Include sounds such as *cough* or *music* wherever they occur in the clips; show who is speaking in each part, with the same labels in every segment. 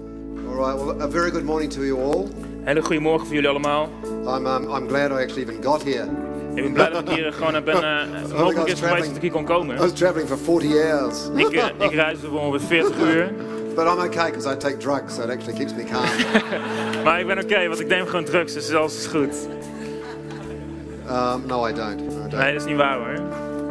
Speaker 1: right, well, a very good morning to you all.
Speaker 2: Hele goede morgen voor jullie allemaal.
Speaker 1: I'm, um, I'm glad I actually even got here.
Speaker 2: Ik ben blij dat ik hier gewoon ben, eh, mogelijk is geweest dat ik hier kon komen.
Speaker 1: I was traveling for 40 hours,
Speaker 2: Ik, eh, ik reis voor ongeveer 40 uur.
Speaker 1: but I'm okay because I take drugs, so it actually keeps me calm.
Speaker 2: Maar ik ben oké, want ik neem gewoon drugs, dus alles is goed.
Speaker 1: um, no, I don't. No, I, don't.
Speaker 2: Nee, dat is niet waar hoor.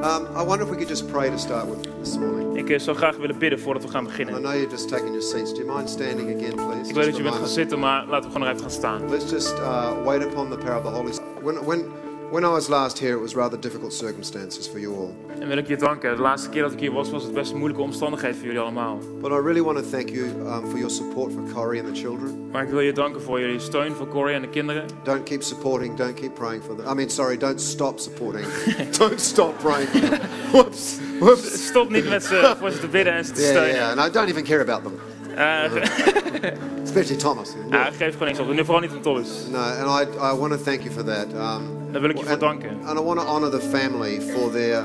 Speaker 1: Um, I wonder if we could just pray to start with this morning.
Speaker 2: Ik eh, zou graag willen bidden voordat we gaan
Speaker 1: I
Speaker 2: beginnen.
Speaker 1: know you're just taking your seats. Do you mind standing again, please?
Speaker 2: Ik weet dat
Speaker 1: Just
Speaker 2: je bent
Speaker 1: remind
Speaker 2: gaan
Speaker 1: us.
Speaker 2: zitten, maar laten we gewoon nog even gaan staan.
Speaker 1: Let's just uh, wait upon the power of the Holy Spirit. When, when, when I was last here, it was rather difficult circumstances for you all.
Speaker 2: En wil ik je danken. De laatste keer dat ik hier was, was het best een moeilijke omstandigheid voor jullie allemaal.
Speaker 1: But I really want to thank you um, for your support for Corrie and the children.
Speaker 2: Maar ik wil je danken voor jullie steun voor Corey en de kinderen.
Speaker 1: Don't keep supporting, don't keep praying for them. I mean, sorry, don't stop supporting. *laughs* don't stop praying *laughs* for them. Whoops, whoops.
Speaker 2: Stop niet met ze voor ze te bidden en ze te
Speaker 1: Yeah, yeah, yeah,
Speaker 2: steunen.
Speaker 1: and I don't even care about them,
Speaker 2: Eh, ge- *laughs*
Speaker 1: especially Thomas.
Speaker 2: Ja, geef gewoon niks op. En Nu vooral niet om Thomas.
Speaker 1: No, and I, I want to thank you for that. Um,
Speaker 2: Daar wil ik je voor
Speaker 1: and,
Speaker 2: danken.
Speaker 1: and I want to honour the family for their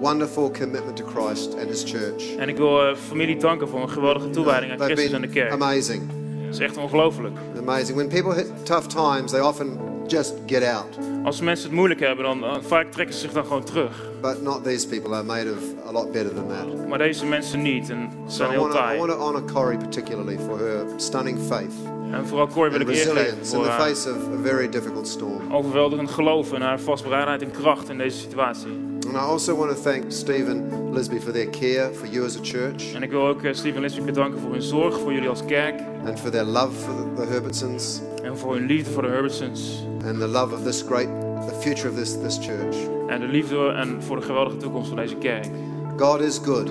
Speaker 1: wonderful commitment to Christ and His church.
Speaker 2: En ik wil eh, familie danken voor een geweldige toewijding aan
Speaker 1: They've
Speaker 2: Christus en de
Speaker 1: been
Speaker 2: kerk.
Speaker 1: amazing.
Speaker 2: Het is echt ongelooflijk.
Speaker 1: Amazing. When people hit tough times, they often just get out.
Speaker 2: Als mensen het moeilijk hebben, dan eh, vaak trekken ze zich dan gewoon terug.
Speaker 1: But not these people. They're made of a lot better than that.
Speaker 2: Maar deze mensen niet en ze
Speaker 1: So
Speaker 2: zijn
Speaker 1: I
Speaker 2: heel
Speaker 1: want, to, I want
Speaker 2: taai.
Speaker 1: to honor Corrie particularly for her stunning faith
Speaker 2: En vooral Cor wil
Speaker 1: and
Speaker 2: ik eer geven
Speaker 1: resilience in
Speaker 2: voor
Speaker 1: the
Speaker 2: haar
Speaker 1: face of a very difficult storm.
Speaker 2: overweldigend geloof en haar vastberadenheid en kracht in deze situatie.
Speaker 1: And I also want to thank Steve and Lisby for their care for you as a church
Speaker 2: En ik wil ook eh, Steve en Lisbeth bedanken voor hun zorg voor jullie als kerk.
Speaker 1: and for their love for the, the Herbertsons
Speaker 2: En voor hun liefde voor de Herbertsons.
Speaker 1: and the love of this great, the future of this, this church.
Speaker 2: En de liefde en voor de geweldige toekomst van deze kerk.
Speaker 1: God is good.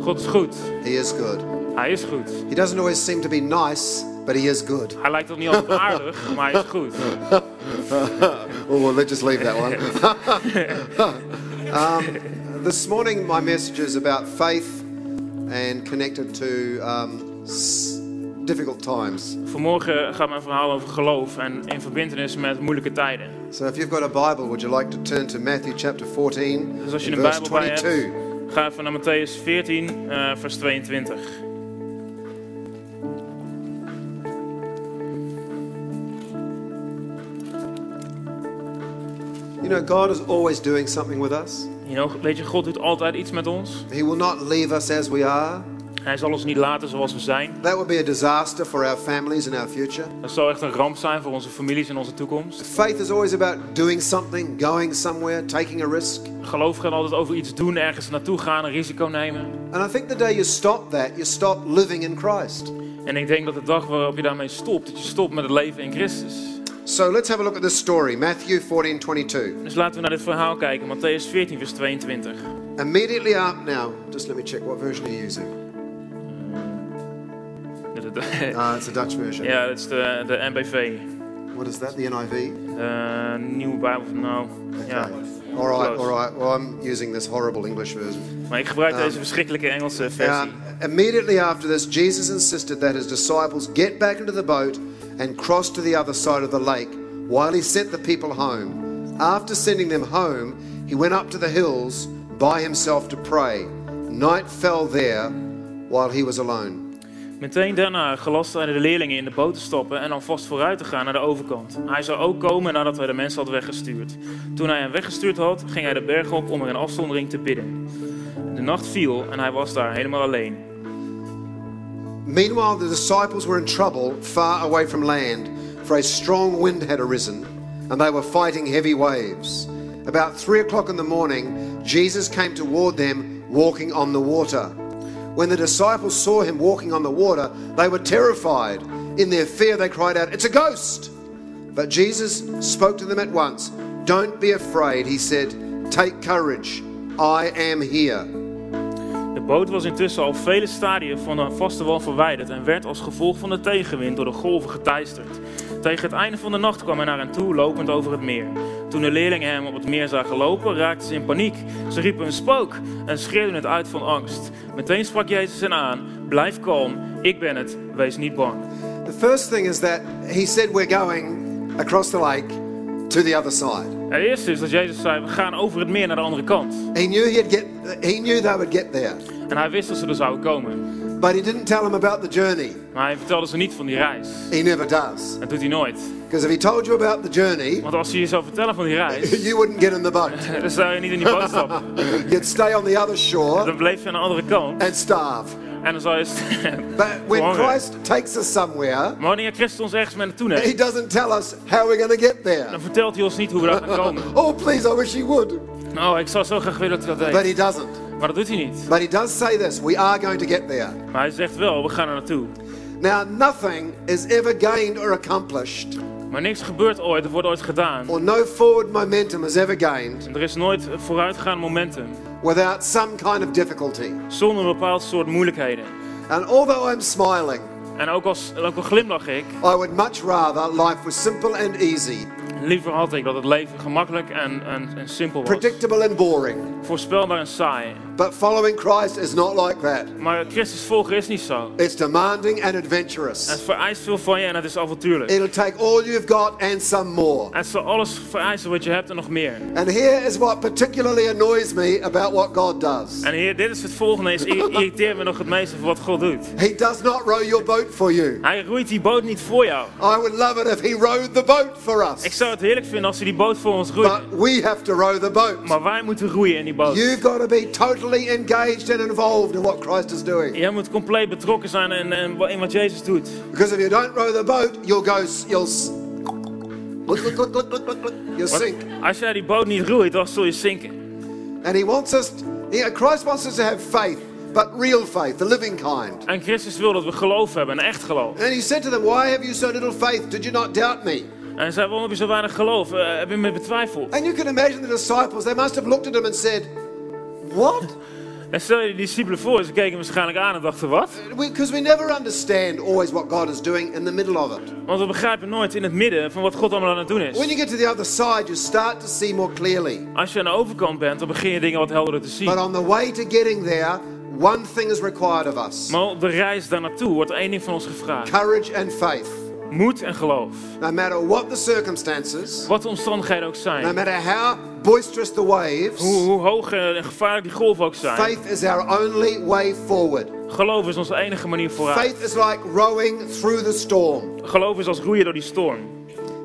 Speaker 2: God is goed.
Speaker 1: He is good.
Speaker 2: Hij is goed.
Speaker 1: He doesn't always seem to be nice, but he is good.
Speaker 2: Hij lijkt ook niet altijd *laughs* aardig, maar hij is goed.
Speaker 1: *laughs* Oh, well, let's just leave that one. *laughs* um, this morning, my message is about faith and connected to um, s- difficult times.
Speaker 2: Vanmorgen gaat mijn verhaal over geloof en in verbindenis met moeilijke tijden.
Speaker 1: So, if you've got a Bible, would you like to turn to Matthew chapter 14,
Speaker 2: Dus als je
Speaker 1: and
Speaker 2: een
Speaker 1: verse
Speaker 2: Bijbel bij
Speaker 1: 22?
Speaker 2: hebt, ga even naar Matthäus 14, eh, vers 22.
Speaker 1: You know, God is always doing something with us.
Speaker 2: You know, weet je, God doet altijd iets met ons.
Speaker 1: He will not leave us as we are.
Speaker 2: Hij zal ons niet laten zoals we zijn.
Speaker 1: That would be a disaster for our families and our future.
Speaker 2: Dat zou echt een ramp zijn voor onze families en onze toekomst.
Speaker 1: Faith is always about doing something, going somewhere, taking a risk.
Speaker 2: Geloof gaat altijd over iets doen, ergens naartoe gaan, een risico nemen.
Speaker 1: And I think the day you stop that, you stop living in Christ.
Speaker 2: En ik denk dat de dag waarop je daarmee stopt, dat je stopt met het leven in Christus.
Speaker 1: So let's have a look at this story, Matthew 14 22.
Speaker 2: Dus laten we naar dit verhaal kijken, Matthäus 14, vers 22.
Speaker 1: Immediately up now, just let me check what version you're using. Uh, it's a Dutch version.
Speaker 2: *laughs* Ja, dat is de, de NBV.
Speaker 1: What is that, the NIV?
Speaker 2: Eh, nieuwe Bijbel van nou. Ja.
Speaker 1: All right,
Speaker 2: Close.
Speaker 1: all right. Well, I'm using this horrible English version.
Speaker 2: Maar ik gebruik deze verschrikkelijke Engelse versie.
Speaker 1: Um, immediately after this, Jesus insisted that his disciples get back into the boat and cross to the other side of the lake while he sent the people home. After sending them home, he went up to the hills by himself to pray. Night fell there while he was alone.
Speaker 2: Meteen daarna gelast hij de leerlingen in de boot te stappen en alvast vooruit te gaan naar de overkant. Hij zou ook komen nadat hij de mensen had weggestuurd. Toen hij hen weggestuurd had, ging hij de berg op om er in afzondering te bidden. De nacht viel en hij was daar helemaal alleen.
Speaker 1: Meanwhile, the disciples were in trouble far away from land, for a strong wind had arisen, and they were fighting heavy waves. About three o'clock in the morning, Jesus came toward them walking on the water. When the disciples saw him walking on the water, they were terrified. In their fear, they cried out, It's a ghost! But Jesus spoke to them at once. Don't be afraid, he said. Take courage. I am here.
Speaker 2: De boot was intussen al vele stadia van de vaste wal verwijderd en werd als gevolg van de tegenwind door de golven geteisterd. Tegen het einde van de nacht kwam hij naar hen toe, lopend over het meer. Toen de leerlingen hem op het meer zagen lopen, raakten ze in paniek. Ze riepen een spook en schreeuwden het uit van angst. Meteen sprak Jezus hen aan: Blijf kalm, ik ben het, wees niet bang.
Speaker 1: The first thing is that he said we're going across the lake to the other side.
Speaker 2: Het eerste is dat Jezus zei: We gaan over het meer naar de andere kant.
Speaker 1: He knew he'd get he knew they would get there.
Speaker 2: En hij wist dat ze er zouden komen.
Speaker 1: But he didn't tell them about the journey.
Speaker 2: Maar hij vertelde ze niet van die reis.
Speaker 1: He never does.
Speaker 2: Dat doet hij nooit.
Speaker 1: Because if he told you about the journey, *laughs*
Speaker 2: Want als hij je zou vertellen van die reis, *laughs*
Speaker 1: you wouldn't get in the boat.
Speaker 2: dan zou je niet in die boot stappen.
Speaker 1: You'd stay on the other shore
Speaker 2: Dan bleef je aan de andere kant
Speaker 1: and starve.
Speaker 2: en dan zou
Speaker 1: *laughs*
Speaker 2: je sterven.
Speaker 1: But when
Speaker 2: Gewoon weer.
Speaker 1: Christ takes us somewhere,
Speaker 2: Maar wanneer Christus ons ergens mee naartoe
Speaker 1: he
Speaker 2: neemt,
Speaker 1: doesn't tell us how we're going to get there.
Speaker 2: dan vertelt hij ons niet hoe we daar gaan
Speaker 1: *laughs*
Speaker 2: komen.
Speaker 1: Oh, please, I wish he would.
Speaker 2: Oh, ik zou zo graag willen dat hij
Speaker 1: But
Speaker 2: dat deed.
Speaker 1: he doesn't.
Speaker 2: Maar dat doet hij niet.
Speaker 1: But he does say this we are going to get there.
Speaker 2: Maar hij zegt wel, we gaan er naartoe.
Speaker 1: Now, nothing is ever gained or accomplished,
Speaker 2: Maar niks gebeurt ooit, er wordt ooit gedaan.
Speaker 1: or no forward momentum is ever gained
Speaker 2: En er is nooit vooruitgaand momentum.
Speaker 1: without some kind of difficulty.
Speaker 2: Zonder een bepaald soort moeilijkheden.
Speaker 1: And although I'm smiling,
Speaker 2: En ook, als, ook al glimlach ik,
Speaker 1: I would much rather life was simple and easy,
Speaker 2: liever had ik dat het leven gemakkelijk en, en, en simpel was.
Speaker 1: predictable and boring.
Speaker 2: Voorspelbaar en saai.
Speaker 1: But following Christ is not like that.
Speaker 2: Maar Christus volgen is niet zo.
Speaker 1: It's demanding and
Speaker 2: Het
Speaker 1: adventurous.
Speaker 2: vereist veel van je en het is avontuurlijk.
Speaker 1: It'll take all you've got and some more.
Speaker 2: Het zal alles vereisen wat je hebt en nog meer.
Speaker 1: And here is what particularly annoys me about what God does
Speaker 2: En heer, dit is het volgende. Is irri- irriteert me nog het meeste voor wat God doet.
Speaker 1: He does not row your boat for you.
Speaker 2: Hij roeit die boot niet voor jou.
Speaker 1: I would love it if He rowed the boat for
Speaker 2: Ik
Speaker 1: us.
Speaker 2: zou het heerlijk vinden als hij die boot voor ons roeit.
Speaker 1: But we have to row the boat.
Speaker 2: Maar wij moeten roeien in die boot.
Speaker 1: You've got to be totally engaged and involved in what Christ is doing.
Speaker 2: Jij moet compleet betrokken zijn in, in, wa- in wat Jezus doet.
Speaker 1: Because if you don't row the boat, you'll go, s- you'll, s- look, look, look, look, look, look, look, you'll
Speaker 2: Want
Speaker 1: sink.
Speaker 2: als jij die boot niet roeit, dan zul je zinken.
Speaker 1: And He wants us, yeah, Christ wants us to have faith, but real faith, the living kind.
Speaker 2: En Christus wil dat we geloof hebben, een echt geloof.
Speaker 1: And He said to them, Why have you so little faith? Did you not doubt me?
Speaker 2: En hij zei, waarom heb je zo weinig geloof? Eh, heb je me betwijfeld?
Speaker 1: And you can imagine the disciples, they must have looked at Him and said, What?
Speaker 2: En stel je de discipelen voor, ze keken hem waarschijnlijk aan en dachten, wat?
Speaker 1: Because we, never understand always what God is doing in the middle of it.
Speaker 2: Want we begrijpen nooit in het midden van wat God allemaal aan het doen
Speaker 1: When
Speaker 2: is.
Speaker 1: you get to the other side, you start to see more clearly.
Speaker 2: Als je aan de overkant bent, dan begin je dingen wat helderder te
Speaker 1: But
Speaker 2: zien.
Speaker 1: on the way to getting there, one thing is required of us
Speaker 2: Maar op de reis daar naartoe wordt één ding van ons gevraagd.
Speaker 1: courage and faith.
Speaker 2: Moed en geloof.
Speaker 1: No matter what the circumstances,
Speaker 2: Wat de omstandigheden ook zijn.
Speaker 1: no matter how boisterous the
Speaker 2: Hoe,
Speaker 1: waves,
Speaker 2: hoe hoog eh, en gevaarlijk die golven ook zijn.
Speaker 1: faith is our only way forward.
Speaker 2: Geloof is onze enige manier vooruit.
Speaker 1: Faith is like rowing through the storm.
Speaker 2: Geloof is als roeien door die storm.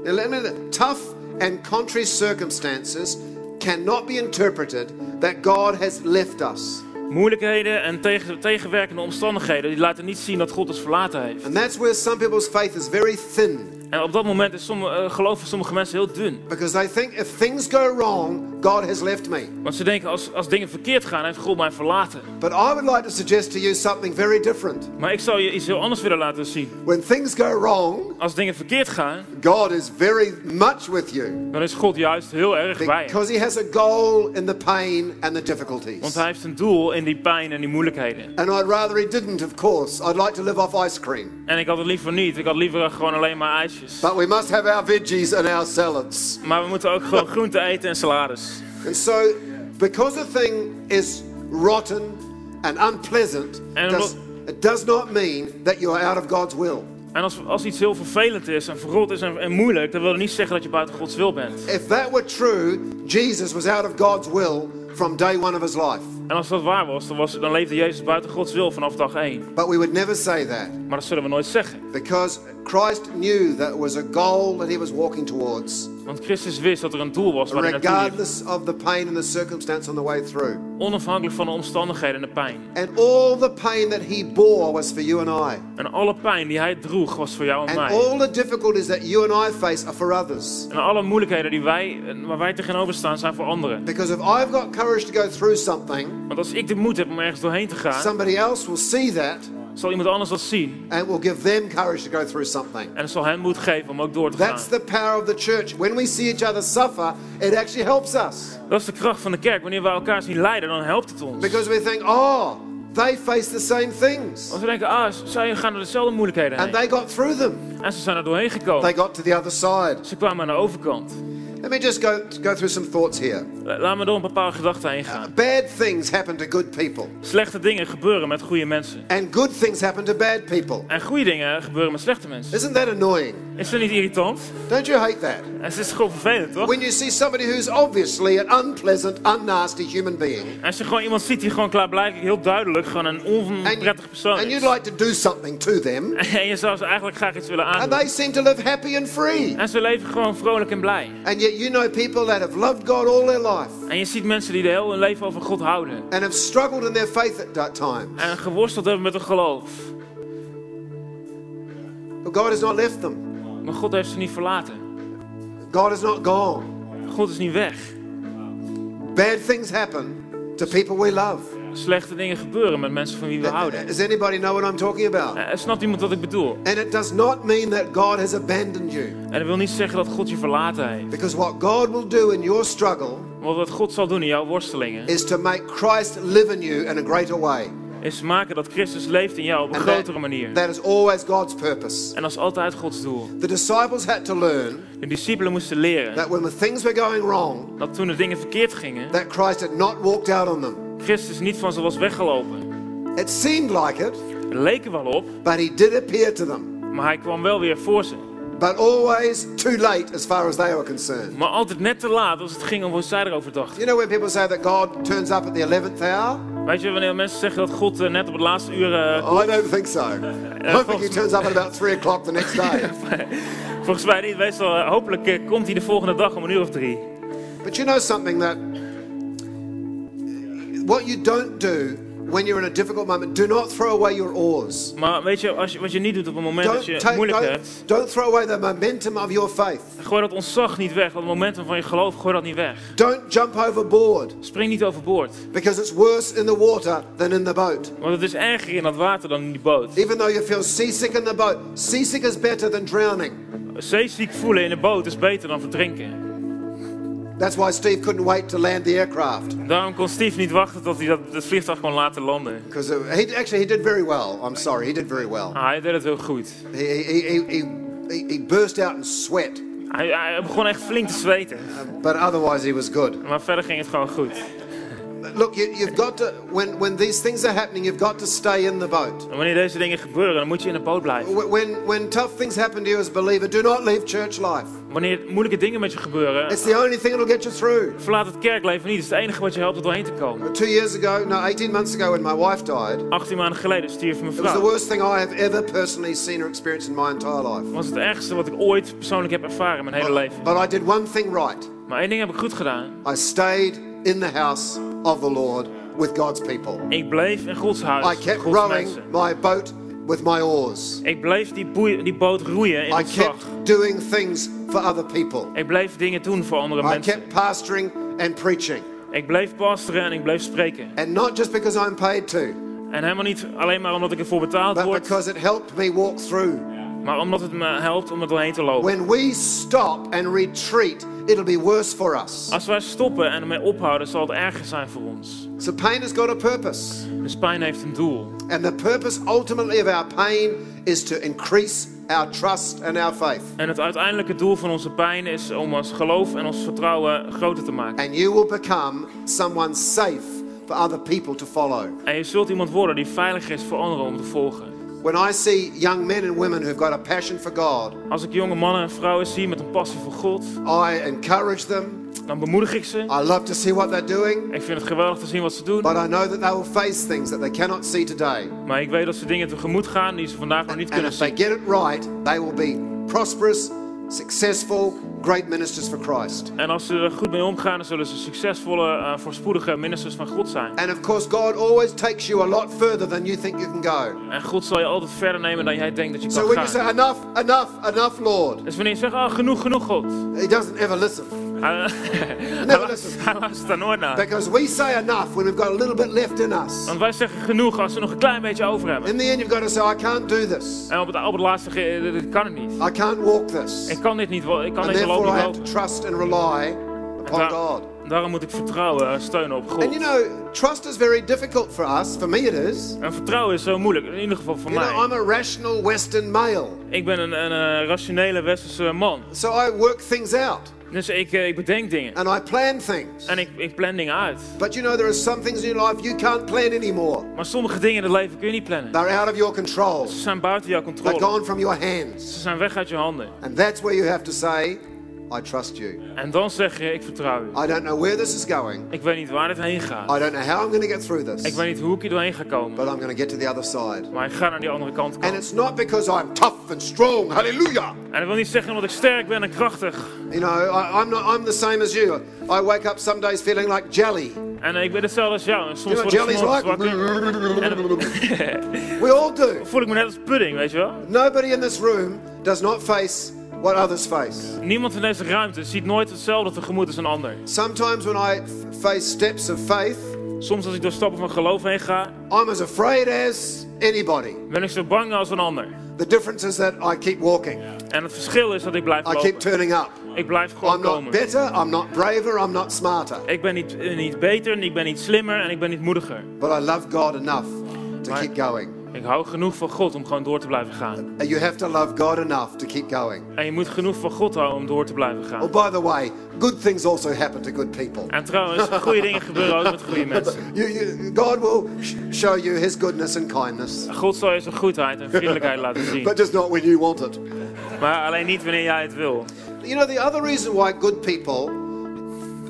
Speaker 1: Now, let me- Tough and contrary circumstances cannot be interpreted that God has left us.
Speaker 2: Moeilijkheden en tegen, tegenwerkende omstandigheden die laten niet zien dat God ons verlaten heeft.
Speaker 1: And that's where some people's faith is very thin
Speaker 2: En op dat moment is somm- eh, geloof voor sommige mensen heel dun.
Speaker 1: because they think if things go wrong, God has left me.
Speaker 2: Want ze denken als, als dingen verkeerd gaan heeft God mij verlaten.
Speaker 1: But I would like to suggest to you something very different.
Speaker 2: Maar ik zou je iets heel anders willen laten zien.
Speaker 1: When things go wrong,
Speaker 2: Als dingen verkeerd gaan,
Speaker 1: God is very much with you
Speaker 2: dan is God juist heel erg bij je.
Speaker 1: because He has a goal in the pain and the difficulties.
Speaker 2: Want hij heeft een doel in die pijn en die moeilijkheden.
Speaker 1: And I'd rather He didn't, of course. I'd like to live off ice cream.
Speaker 2: En ik had het liever niet. Ik had liever gewoon alleen maar ijsjes.
Speaker 1: But we must have our veggies and our salads.
Speaker 2: Maar we moeten ook gewoon groenten eten en salades.
Speaker 1: And so, because a thing is rotten and unpleasant,
Speaker 2: And
Speaker 1: does- it does not mean that you are out of God's will.
Speaker 2: En als, als iets heel vervelend is en verrot is en, en moeilijk, dan wil dat niet zeggen dat je buiten Gods wil bent.
Speaker 1: If that were true, Jesus was out of God's will from day one of His life.
Speaker 2: En als dat waar was, dan, was, dan leefde Jezus buiten Gods wil vanaf dag 1.
Speaker 1: But we would never say that
Speaker 2: Maar dat zullen we nooit zeggen.
Speaker 1: because Christ knew that it was a goal that He was walking towards.
Speaker 2: Want Christus wist dat er een doel was waar hij naartoe liep.
Speaker 1: regardless of the pain and the circumstance on the way through.
Speaker 2: Onafhankelijk van de omstandigheden en de pijn.
Speaker 1: And all the pain that he bore was for you and I.
Speaker 2: En alle pijn die hij droeg was voor jou
Speaker 1: And
Speaker 2: en mij.
Speaker 1: all the difficulties that you and I face are for others.
Speaker 2: En alle moeilijkheden die wij, waar wij tegenover staan, zijn voor anderen.
Speaker 1: Because if I've got courage to go through something,
Speaker 2: Want als ik de moed heb om ergens doorheen te gaan,
Speaker 1: somebody else will see that
Speaker 2: zal iemand anders dat zien.
Speaker 1: and will give them courage to go through something.
Speaker 2: En het zal hen moed geven om ook door te gaan.
Speaker 1: That's the power of the church. When we see each other suffer, it actually helps us
Speaker 2: Dat is de kracht van de kerk. Wanneer wij elkaar zien lijden, dan helpt het ons.
Speaker 1: because we think, oh, they face the same things
Speaker 2: Als we denken, ah, z- zij gaan door dezelfde moeilijkheden
Speaker 1: and
Speaker 2: heen.
Speaker 1: they got through them.
Speaker 2: En ze zijn er doorheen
Speaker 1: They
Speaker 2: gekomen.
Speaker 1: got to the other side.
Speaker 2: Ze kwamen aan de overkant.
Speaker 1: Let me just go, go through some thoughts here.
Speaker 2: La- Laat me door een bepaalde gedachte heen gaan.
Speaker 1: Bad things happen to good people,
Speaker 2: Slechte dingen gebeuren met goede mensen.
Speaker 1: and good things happen to bad people.
Speaker 2: En goede dingen gebeuren met slechte mensen.
Speaker 1: Isn't that annoying?
Speaker 2: Is dat niet irritant?
Speaker 1: Don't you hate that?
Speaker 2: Het is gewoon vervelend, toch?
Speaker 1: When you see somebody who's obviously an unpleasant, unnasty human being,
Speaker 2: Als je gewoon iemand ziet die gewoon klaarblijkelijk heel duidelijk gewoon een
Speaker 1: and,
Speaker 2: onprettig persoon
Speaker 1: and you'd
Speaker 2: is.
Speaker 1: like to do something to them,
Speaker 2: *laughs* En je zou ze eigenlijk graag iets willen
Speaker 1: and
Speaker 2: aandoen.
Speaker 1: they seem to live happy and free.
Speaker 2: En ze leven gewoon vrolijk en blij.
Speaker 1: And yet you know people that have loved God all their life
Speaker 2: En je ziet mensen die de hele hun leven over God houden.
Speaker 1: and have struggled in their faith at that time.
Speaker 2: En geworsteld hebben met hun geloof.
Speaker 1: But God has not left them.
Speaker 2: Maar God heeft ze niet verlaten.
Speaker 1: God has not gone.
Speaker 2: God is niet weg.
Speaker 1: Bad things happen to people we love.
Speaker 2: Slechte dingen gebeuren met mensen van wie we houden.
Speaker 1: Does anybody know what I'm talking about?
Speaker 2: Eh, snapt iemand wat ik bedoel?
Speaker 1: And it does not mean that God has abandoned you.
Speaker 2: En dat wil niet zeggen dat God je verlaten heeft.
Speaker 1: Because what God will do in your struggle
Speaker 2: Want wat God zal doen in jouw worstelingen...
Speaker 1: is to make Christ live in you in a greater way.
Speaker 2: is maken dat Christus leeft in jou op een
Speaker 1: And
Speaker 2: grotere
Speaker 1: that,
Speaker 2: manier.
Speaker 1: that is always God's purpose.
Speaker 2: En dat is altijd Gods doel.
Speaker 1: The disciples had to learn
Speaker 2: De discipelen moesten leren
Speaker 1: that when the things were going wrong,
Speaker 2: dat toen de dingen verkeerd gingen...
Speaker 1: that Christ had not walked out on them.
Speaker 2: Christus niet van ze was weggelopen.
Speaker 1: It seemed like it,
Speaker 2: Het leek er wel op,
Speaker 1: but he did appear to them.
Speaker 2: maar hij kwam wel weer voor ze.
Speaker 1: But always too late as far as they were concerned.
Speaker 2: Maar altijd net te laat als het ging om wat zij erover dachten.
Speaker 1: You know when people say that God turns up at the 11th hour?
Speaker 2: Weet je, wanneer mensen zeggen dat God eh, net op het laatste uur... eh,
Speaker 1: Oh, I don't think so. I think he turns up at about 3 o'clock the next day.
Speaker 2: volgens mij niet, weet je wel, eh, hopelijk eh, komt hij de volgende dag om een uur of drie.
Speaker 1: But you know something that what you don't do when you're in a difficult moment, do not throw away your oars.
Speaker 2: Maar weet je, als je wat je niet doet op het moment
Speaker 1: Don't,
Speaker 2: dat je het
Speaker 1: take-
Speaker 2: moeilijk
Speaker 1: don't,
Speaker 2: hebt...
Speaker 1: don't throw away the momentum of your faith.
Speaker 2: Gooi dat ontzag niet weg, dat momentum van je geloof, gooi dat niet weg.
Speaker 1: Don't jump overboard
Speaker 2: Spring niet overboord,
Speaker 1: because it's worse in the water than in the boat.
Speaker 2: want het is erger in dat water dan in die boot.
Speaker 1: Even though you feel seasick in the boat, seasick is better than drowning.
Speaker 2: Zeeziek voelen in de boot is beter dan verdrinken.
Speaker 1: That's why Steve couldn't wait to land the aircraft
Speaker 2: Daarom kon Steve niet wachten tot hij dat, dat vliegtuig kon laten landen.
Speaker 1: because uh, he actually he did very well. I'm sorry, he did very well.
Speaker 2: Ah, hij deed het heel goed.
Speaker 1: He, he, he, he, he- he burst out in sweat,
Speaker 2: Hij, hij begon echt flink te zweten,
Speaker 1: but otherwise he was good.
Speaker 2: maar verder ging het gewoon goed.
Speaker 1: Look, you, you've got to, when, when these things are happening, you've got to stay in the boat.
Speaker 2: En wanneer deze dingen gebeuren, dan moet je in de boot blijven.
Speaker 1: Wh- When, when tough things happen to you as a believer, do not leave church life.
Speaker 2: Wanneer moeilijke dingen met je gebeuren,
Speaker 1: It's the only thing that'll get you through.
Speaker 2: verlaat het kerkleven niet. Het is het enige wat je helpt om doorheen te komen.
Speaker 1: Two years ago, no, 18 months ago, when my wife died, it
Speaker 2: 18 maanden geleden stierf mijn
Speaker 1: was the
Speaker 2: vrouw.
Speaker 1: worst thing I have ever personally seen or experienced in my entire life.
Speaker 2: was het ergste wat ik ooit persoonlijk heb ervaren in mijn hele leven.
Speaker 1: But I did one thing right
Speaker 2: Maar één ding heb ik goed gedaan.
Speaker 1: I stayed in the house of the Lord with God's people.
Speaker 2: Ik bleef in Gods
Speaker 1: I
Speaker 2: huis,
Speaker 1: kept
Speaker 2: Gods
Speaker 1: rowing
Speaker 2: mensen.
Speaker 1: my boat with my oars,
Speaker 2: Ik bleef die, boei- die boot roeien in
Speaker 1: I
Speaker 2: het zag.
Speaker 1: kept doing things for other people,
Speaker 2: Ik bleef dingen doen voor andere
Speaker 1: I
Speaker 2: mensen.
Speaker 1: kept pastoring and preaching.
Speaker 2: Ik bleef pastoren en ik bleef spreken.
Speaker 1: And not just because I'm paid to,
Speaker 2: En helemaal niet alleen maar omdat ik ervoor betaald
Speaker 1: but
Speaker 2: word,
Speaker 1: because it helped me walk through.
Speaker 2: maar omdat het me helpt om er doorheen te lopen.
Speaker 1: When we stop and retreat, it'll be worse for us.
Speaker 2: Als wij stoppen en ermee ophouden, zal het erger zijn voor ons.
Speaker 1: So pain has got a purpose.
Speaker 2: Dus pijn heeft een doel.
Speaker 1: And the purpose ultimately of our pain is to increase our trust and our faith.
Speaker 2: En het uiteindelijke doel van onze pijn is om ons geloof en ons vertrouwen groter te maken.
Speaker 1: And you will become someone safe for other people to follow.
Speaker 2: En je zult iemand worden die veilig is voor anderen om te volgen.
Speaker 1: When I see young men and women who've got a passion for God,
Speaker 2: Als ik jonge mannen en vrouwen zie met een passie voor God,
Speaker 1: I encourage them.
Speaker 2: dan bemoedig ik ze.
Speaker 1: I love to see what they're doing,
Speaker 2: Ik vind het geweldig te zien wat ze doen,
Speaker 1: but I know that they will face things that they cannot see today.
Speaker 2: maar ik weet dat ze dingen tegemoet gaan die ze vandaag nog niet
Speaker 1: And
Speaker 2: kunnen
Speaker 1: if they
Speaker 2: zien.
Speaker 1: get it right, they will be prosperous, successful, great ministers for Christ.
Speaker 2: En als ze er goed mee omgaan, dan zullen ze succesvolle, eh, voorspoedige ministers van God zijn.
Speaker 1: And of course, God always takes you a lot further than you think you can go.
Speaker 2: En God zal je altijd verder nemen dan jij denkt dat je
Speaker 1: So
Speaker 2: kan
Speaker 1: when you
Speaker 2: gaan.
Speaker 1: say, enough, enough, enough, Lord,
Speaker 2: Dus wanneer je zegt, oh, genoeg, genoeg God. *laughs*
Speaker 1: He doesn't ever listen.
Speaker 2: Hij,
Speaker 1: Nee,
Speaker 2: hij,
Speaker 1: maar dat
Speaker 2: luistert-
Speaker 1: is-
Speaker 2: *laughs* hij luistert daar nooit naar.
Speaker 1: Because we say enough when we've got a little bit left in us.
Speaker 2: Want wij zeggen genoeg als we nog een klein beetje over hebben.
Speaker 1: In the end, you've got to say, I can't do this.
Speaker 2: En op het, op het laatste, ge- eh, dit kan het niet.
Speaker 1: I can't walk this.
Speaker 2: Ik kan dit niet, wel- ik kan
Speaker 1: And
Speaker 2: deze loop
Speaker 1: therefore,
Speaker 2: niet
Speaker 1: I have to
Speaker 2: lopen.
Speaker 1: trust and rely upon
Speaker 2: Daar-
Speaker 1: God.
Speaker 2: daarom moet ik vertrouwen en steunen op God.
Speaker 1: And you know, trust is very difficult for us. For me, it is.
Speaker 2: En vertrouwen is zo moeilijk, in ieder geval voor
Speaker 1: You know, I'm
Speaker 2: mij.
Speaker 1: a rational Western male,
Speaker 2: Ik ben een, een eh, rationele westerse man.
Speaker 1: so I work things out.
Speaker 2: Dus ik, eh, ik bedenk dingen.
Speaker 1: and I plan things.
Speaker 2: En ik, ik plan dingen uit.
Speaker 1: But you know, there are some things in your life you can't plan anymore.
Speaker 2: Maar sommige dingen in het leven kun je niet plannen.
Speaker 1: They're out of your control,
Speaker 2: Ze zijn buiten jouw
Speaker 1: they're
Speaker 2: controle.
Speaker 1: gone from your
Speaker 2: Ze
Speaker 1: hands.
Speaker 2: zijn weg uit je handen.
Speaker 1: And that's where you have to say, I trust you.
Speaker 2: En dan zeg je, ik vertrouw u.
Speaker 1: I don't know where this is going.
Speaker 2: Ik weet niet waar het heen gaat.
Speaker 1: I don't know how I'm going to get through this,
Speaker 2: Ik weet niet hoe ik hier doorheen ga komen.
Speaker 1: but I'm going to get to the other side.
Speaker 2: Maar ik ga naar die andere kant
Speaker 1: And
Speaker 2: komen.
Speaker 1: it's not because I'm tough and strong. Hallelujah.
Speaker 2: En dat wil niet zeggen dat ik sterk ben en krachtig.
Speaker 1: You know, I, I'm not. I'm the same as you. I wake up some days feeling like jelly.
Speaker 2: En eh, ik ben hetzelfde als jou. En
Speaker 1: You
Speaker 2: soms
Speaker 1: know,
Speaker 2: word ik
Speaker 1: jelly's
Speaker 2: s'morgens
Speaker 1: like.
Speaker 2: wakker. En dan *laughs*
Speaker 1: We all do.
Speaker 2: voel ik me net als pudding, weet je wel.
Speaker 1: Nobody in this room does not face what others face.
Speaker 2: Niemand in deze ruimte ziet nooit hetzelfde tegemoet als een ander.
Speaker 1: Sometimes when I f- face steps of faith,
Speaker 2: Soms als ik door stappen van geloof heen ga,
Speaker 1: I'm as afraid as anybody.
Speaker 2: ben ik zo bang als een ander.
Speaker 1: The difference is that I keep walking.
Speaker 2: En het verschil is dat ik blijf
Speaker 1: I keep
Speaker 2: lopen.
Speaker 1: turning up.
Speaker 2: Ik blijf gewoon
Speaker 1: I'm not
Speaker 2: komen.
Speaker 1: better. I'm not braver. I'm not smarter.
Speaker 2: Ik ben niet, eh, niet beter, en ik ben niet slimmer en ik ben niet moediger.
Speaker 1: But I love God enough to
Speaker 2: Right.
Speaker 1: keep going.
Speaker 2: Ik hou genoeg van God om gewoon door te blijven gaan.
Speaker 1: You have to love God enough to keep going.
Speaker 2: En je moet genoeg van God houden om door te blijven
Speaker 1: Oh,
Speaker 2: gaan.
Speaker 1: by the way, good things also happen to good people.
Speaker 2: En trouwens, goede dingen gebeuren ook met goede mensen.
Speaker 1: You, you, God will sh- show you His goodness and kindness,
Speaker 2: God zal je zijn goedheid en vriendelijkheid laten zien.
Speaker 1: but just not when you want it.
Speaker 2: Maar alleen niet wanneer jij het wil.
Speaker 1: You know, the other reason why good people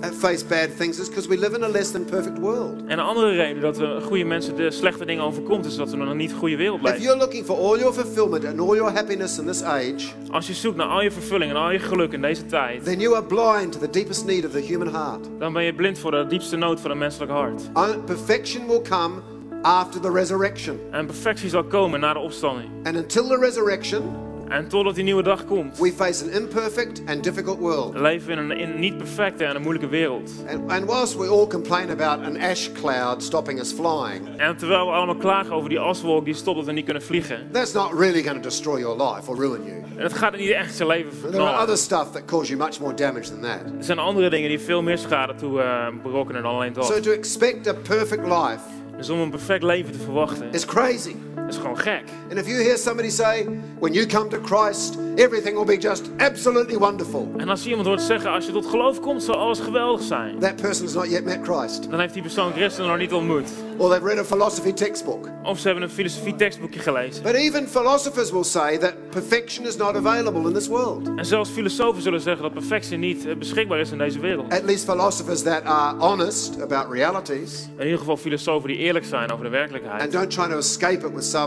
Speaker 1: uh, face bad things is because we live in a less than perfect world.
Speaker 2: En een andere reden dat we goede mensen de slechte dingen overkomt, is dat we in een niet goede wereld
Speaker 1: If
Speaker 2: blijven.
Speaker 1: you're looking for all your fulfillment and all your happiness in this age,
Speaker 2: Als je zoekt naar al je vervulling en al je geluk in deze tijd,
Speaker 1: then you are blind to the deepest need of the human heart.
Speaker 2: dan ben je blind voor de diepste nood van een menselijk hart.
Speaker 1: Uh, Perfection will come after the resurrection.
Speaker 2: En perfectie zal komen na de opstanding.
Speaker 1: And until the resurrection,
Speaker 2: En totdat die nieuwe dag komt,
Speaker 1: we face an imperfect and difficult world.
Speaker 2: leven we in een in een niet perfecte en een moeilijke wereld.
Speaker 1: And, and whilst we all complain about an ash cloud stopping us flying,
Speaker 2: En terwijl we allemaal klagen over die aswolk die stopt dat we niet kunnen vliegen.
Speaker 1: that's not really going to destroy your life or ruin you.
Speaker 2: En het gaat niet echt zijn leven
Speaker 1: There are
Speaker 2: verknallen.
Speaker 1: other stuff that cause you much more damage than that.
Speaker 2: Er zijn andere dingen die veel meer schade toe eh, berokkenen dan alleen
Speaker 1: So
Speaker 2: dat.
Speaker 1: to expect a perfect life
Speaker 2: Dus om een perfect leven te verwachten,
Speaker 1: is crazy.
Speaker 2: is gewoon gek.
Speaker 1: And if you hear somebody say, when you come to Christ, everything will be just absolutely wonderful,
Speaker 2: En als je iemand hoort zeggen, als je tot geloof komt, zal alles geweldig zijn.
Speaker 1: that person's not yet met Christ.
Speaker 2: Dan heeft die persoon Christus nog niet ontmoet.
Speaker 1: Or they've read a philosophy textbook.
Speaker 2: Of ze hebben een filosofie tekstboekje gelezen.
Speaker 1: But even philosophers will say that perfection is not available in this world.
Speaker 2: En zelfs filosofen zullen zeggen dat perfectie niet eh, beschikbaar is in deze wereld.
Speaker 1: At least philosophers that are honest about realities.
Speaker 2: In ieder geval filosofen die eerlijk zijn over de
Speaker 1: and
Speaker 2: werkelijkheid.
Speaker 1: don't try to escape it with some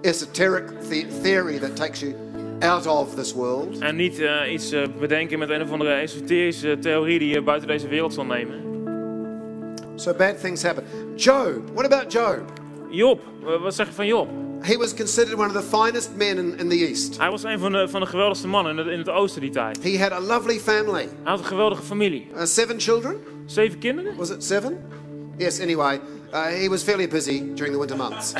Speaker 1: esoteric the- theory that takes you out of this world.
Speaker 2: En niet eh, iets eh, bedenken met een of andere esoterische theorie die je buiten deze wereld zal nemen.
Speaker 1: So bad things happen. Job, what about Job?
Speaker 2: Job, eh, wat zeg je van Job?
Speaker 1: He was considered one of the finest men in, in the East.
Speaker 2: Hij was een van de, van de geweldigste mannen in het, in het oosten die tijd.
Speaker 1: He had a lovely family,
Speaker 2: Hij had een geweldige familie.
Speaker 1: uh, seven children.
Speaker 2: Zeven kinderen?
Speaker 1: Was it seven? Yes. Anyway, uh, he was fairly busy during the winter months.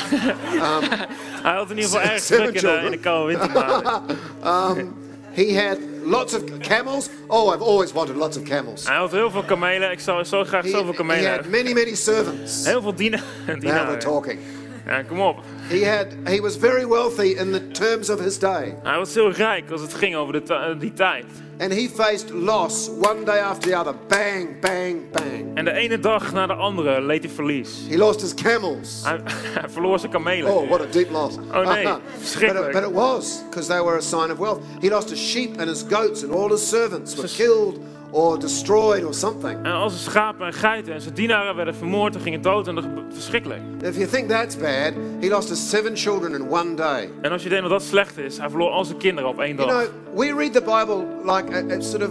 Speaker 2: Hij had in ieder geval erg
Speaker 1: Zeven
Speaker 2: druk in de, in de koude wintermaanden.
Speaker 1: He had lots of camels. Oh, I've always wanted lots of camels.
Speaker 2: Hij had heel veel kamelen. Ik zou zo graag
Speaker 1: He,
Speaker 2: zoveel
Speaker 1: he
Speaker 2: kamelen
Speaker 1: had
Speaker 2: hebben.
Speaker 1: many, many servants.
Speaker 2: Heel veel diena-
Speaker 1: Now we're
Speaker 2: dienaren.
Speaker 1: talking.
Speaker 2: Ja, kom op.
Speaker 1: He had. He was very wealthy in the terms of his day.
Speaker 2: Hij was heel rijk als het ging over de ta- die tijd.
Speaker 1: And he faced loss one day after the other. Bang, bang, bang.
Speaker 2: En de ene dag na de andere leed hij verlies.
Speaker 1: He lost his camels.
Speaker 2: Hij, *laughs* hij verloor zijn kamelen.
Speaker 1: Oh, what a deep loss. Uh-huh.
Speaker 2: Oh, no.
Speaker 1: but, it, but it was, because they were a sign of wealth. He lost his sheep and his goats, and all his servants were killed or destroyed or something.
Speaker 2: En al zijn schapen en geiten en zijn dienaren werden vermoord en gingen dood en dat gebe- verschrikkelijk.
Speaker 1: If you think that's bad, he lost his seven children in one day.
Speaker 2: En als je denkt dat dat slecht is, hij verloor al zijn kinderen op één
Speaker 1: You
Speaker 2: dag.
Speaker 1: know, we read the Bible like it- it's sort of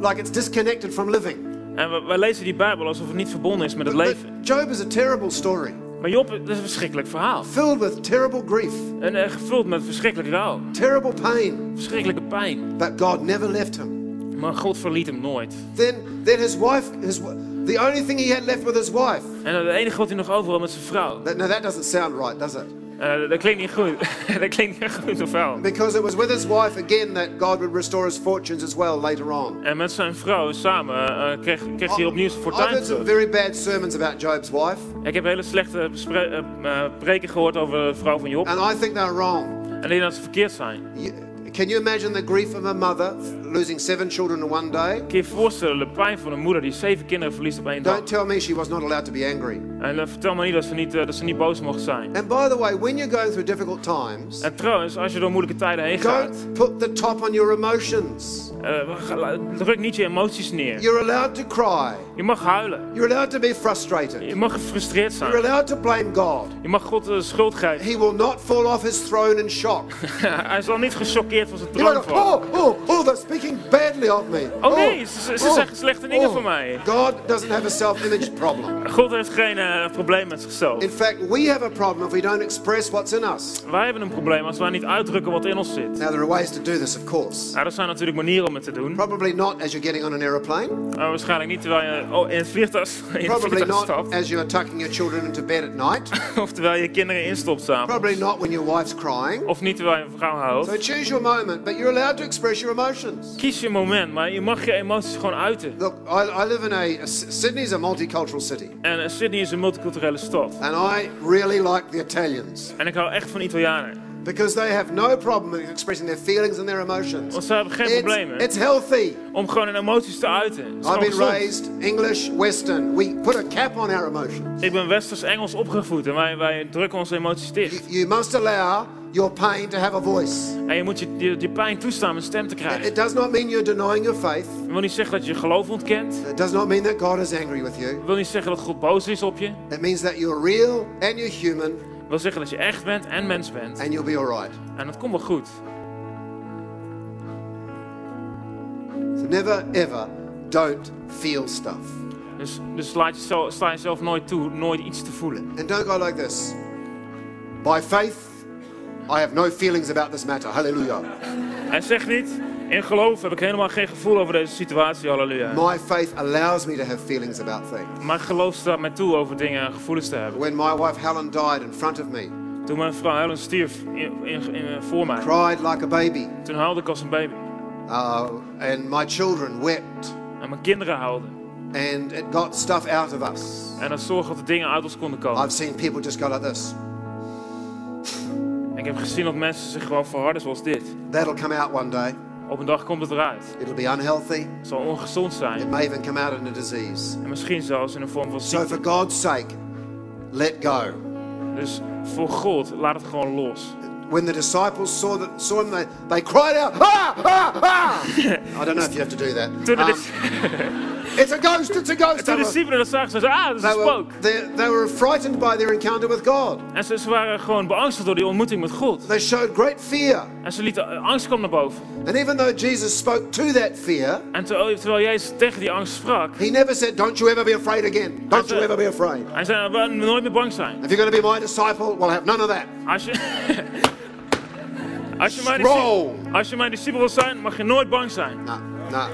Speaker 1: like it's disconnected from living.
Speaker 2: En we- wij lezen die Bijbel alsof het niet verbonden is met het leven.
Speaker 1: But Job is a terrible story,
Speaker 2: Maar Job, dat is een verschrikkelijk verhaal.
Speaker 1: filled with terrible grief,
Speaker 2: En eh, gevuld met verschrikkelijk rouw,
Speaker 1: terrible pain,
Speaker 2: verschrikkelijke pijn.
Speaker 1: but God never left him.
Speaker 2: Maar God verliet hem nooit.
Speaker 1: Then, then his wife, his, w- the only thing he had left with his wife.
Speaker 2: En het enige wat hij nog over had met zijn vrouw.
Speaker 1: That, now that doesn't sound right, does it?
Speaker 2: Eh, dat klinkt niet goed. *laughs* dat klinkt niet goed of wel.
Speaker 1: Because it was with his wife again that God would restore his fortunes as well later on.
Speaker 2: En met zijn vrouw samen eh, kreeg, kreeg hij opnieuw zijn
Speaker 1: I've
Speaker 2: fortuin
Speaker 1: heard some
Speaker 2: terug.
Speaker 1: very bad sermons about Job's wife,
Speaker 2: Ik heb hele slechte bespre- eh, eh, preken gehoord over de vrouw van Job.
Speaker 1: and I think they're wrong.
Speaker 2: En die dat ze verkeerd zijn.
Speaker 1: You- Can you imagine the grief of a mother losing seven children in one day.
Speaker 2: Kun je je voorstellen de pijn van een moeder die zeven kinderen verliest op één dag?
Speaker 1: Don't tell me she was not allowed to be angry.
Speaker 2: En eh, vertel me niet dat ze niet, eh, dat ze niet boos mocht zijn.
Speaker 1: And by the way, when you're going through difficult times,
Speaker 2: En trouwens, als je door moeilijke tijden heen gaat,
Speaker 1: don't put the top on your emotions.
Speaker 2: eh, ga- druk niet je emoties neer.
Speaker 1: You're allowed to cry.
Speaker 2: Je mag huilen.
Speaker 1: You're allowed to be frustrated.
Speaker 2: Je mag gefrustreerd
Speaker 1: You're
Speaker 2: zijn.
Speaker 1: allowed to blame God.
Speaker 2: Je mag God de schuld geven. *laughs*
Speaker 1: He will not fall off his throne in shock.
Speaker 2: Hij zal niet gechoqueerd van zijn
Speaker 1: You might
Speaker 2: troon
Speaker 1: go,
Speaker 2: vallen.
Speaker 1: oh, oh, oh, they're speaking badly of me. oh.
Speaker 2: Oh nee, ze, ze zeggen slechte dingen van mij.
Speaker 1: God doesn't have a self-image problem.
Speaker 2: God heeft geen eh, probleem met zichzelf.
Speaker 1: In fact, we have a problem if we don't express what's in us.
Speaker 2: Wij hebben een probleem als wij niet uitdrukken wat in ons zit.
Speaker 1: Now, there are ways to do this, of course.
Speaker 2: Nou, er zijn natuurlijk manieren om het te doen.
Speaker 1: Probably not as you're getting on an aeroplane.
Speaker 2: Maar waarschijnlijk niet terwijl je oh, in het vliegtuig, *laughs* in het
Speaker 1: Probably
Speaker 2: vliegtuig
Speaker 1: not
Speaker 2: stapt. *laughs*
Speaker 1: as you are tucking your children into bed at night.
Speaker 2: Of terwijl je kinderen instopt samen.
Speaker 1: Probably not when your wife's crying.
Speaker 2: Of niet terwijl je een vrouw
Speaker 1: So
Speaker 2: houdt.
Speaker 1: choose your moment, but you're allowed to express your emotions.
Speaker 2: Kies je moment, maar je mag je emoties gewoon uiten.
Speaker 1: Look, I, I live in a, a S- Sydney's a multicultural city,
Speaker 2: En eh, Sydney is een multiculturele stad.
Speaker 1: and I really like the Italians
Speaker 2: En ik hou echt van Italianen.
Speaker 1: because they have no problem in expressing their feelings and their emotions.
Speaker 2: Want zij hebben geen problemen
Speaker 1: It's, it's healthy.
Speaker 2: om gewoon hun emoties te uiten. Het is
Speaker 1: I've
Speaker 2: gewoon
Speaker 1: been
Speaker 2: gezond.
Speaker 1: raised English, Western. We put a cap on our emotions.
Speaker 2: Ik ben Westers-Engels opgevoed en wij, wij drukken onze emoties dicht.
Speaker 1: You must allow your pain to have a voice.
Speaker 2: En je moet je, je, je pijn toestaan om een stem te krijgen.
Speaker 1: It does not mean you're denying your faith.
Speaker 2: Dat wil niet zeggen dat je je geloof ontkent.
Speaker 1: It does not mean that God is angry with you.
Speaker 2: Dat wil niet zeggen dat God boos is op je.
Speaker 1: It means that you're real and you're human
Speaker 2: Dat wil zeggen dat je echt bent en mens bent.
Speaker 1: and you'll be all right.
Speaker 2: En dat komt wel goed.
Speaker 1: So never, ever don't feel stuff.
Speaker 2: Dus, dus laat jezelf, sta jezelf nooit toe nooit iets te voelen.
Speaker 1: And don't go like this. By faith, I have no feelings about this matter. Hallelujah.
Speaker 2: En zeg niet, in geloof heb ik helemaal geen gevoel over deze situatie, halleluja.
Speaker 1: My faith allows me to have feelings about things.
Speaker 2: Mijn geloof staat mij toe over dingen en gevoelens te hebben.
Speaker 1: When my wife Helen died in front of me,
Speaker 2: Toen mijn vrouw Helen stierf in, in, in- voor mij,
Speaker 1: cried like a baby,
Speaker 2: toen huilde ik als een baby.
Speaker 1: uh, and my children wept,
Speaker 2: En mijn kinderen huilden.
Speaker 1: and it got stuff out of us.
Speaker 2: En dat zorgde dat de dingen uit ons konden komen.
Speaker 1: I've seen people just go like this.
Speaker 2: En ik heb gezien dat mensen zich gewoon verharden zoals dit.
Speaker 1: That'll come out one day.
Speaker 2: Op een dag komt het eruit.
Speaker 1: It'll be unhealthy.
Speaker 2: Het zal ongezond
Speaker 1: It
Speaker 2: zijn.
Speaker 1: may even come out in a disease.
Speaker 2: En misschien zelfs in een vorm van
Speaker 1: So,
Speaker 2: ziekte.
Speaker 1: for God's sake, let go.
Speaker 2: Dus voor God, laat het gewoon los.
Speaker 1: When the disciples saw, the, saw him, they, they cried out, ah, ah, ah. I don't know if you have to do that.
Speaker 2: Toen de,
Speaker 1: Um,
Speaker 2: dis-
Speaker 1: it's a ghost, it's a ghost.
Speaker 2: toen de
Speaker 1: were-
Speaker 2: discipelen dat zagen, zeiden ze, ah, dat is een
Speaker 1: they, were,
Speaker 2: spook.
Speaker 1: they, they were frightened by their encounter with God.
Speaker 2: En ze, ze waren gewoon beangstigd door die ontmoeting met God.
Speaker 1: They showed great fear.
Speaker 2: En ze lieten eh, angst komen naar boven.
Speaker 1: And even though Jesus spoke to that fear,
Speaker 2: En terwijl, terwijl Jezus tegen die angst sprak,
Speaker 1: he never said, Don't you ever be afraid again. Don't you ever be afraid.
Speaker 2: hij zei, we moeten nooit meer bang zijn.
Speaker 1: If you're going to be my disciple, we'll have none of that.
Speaker 2: Als je, *laughs* als je, mijn,
Speaker 1: Strong.
Speaker 2: discipel, als je mijn discipel wil zijn, mag je nooit bang zijn.
Speaker 1: No, no.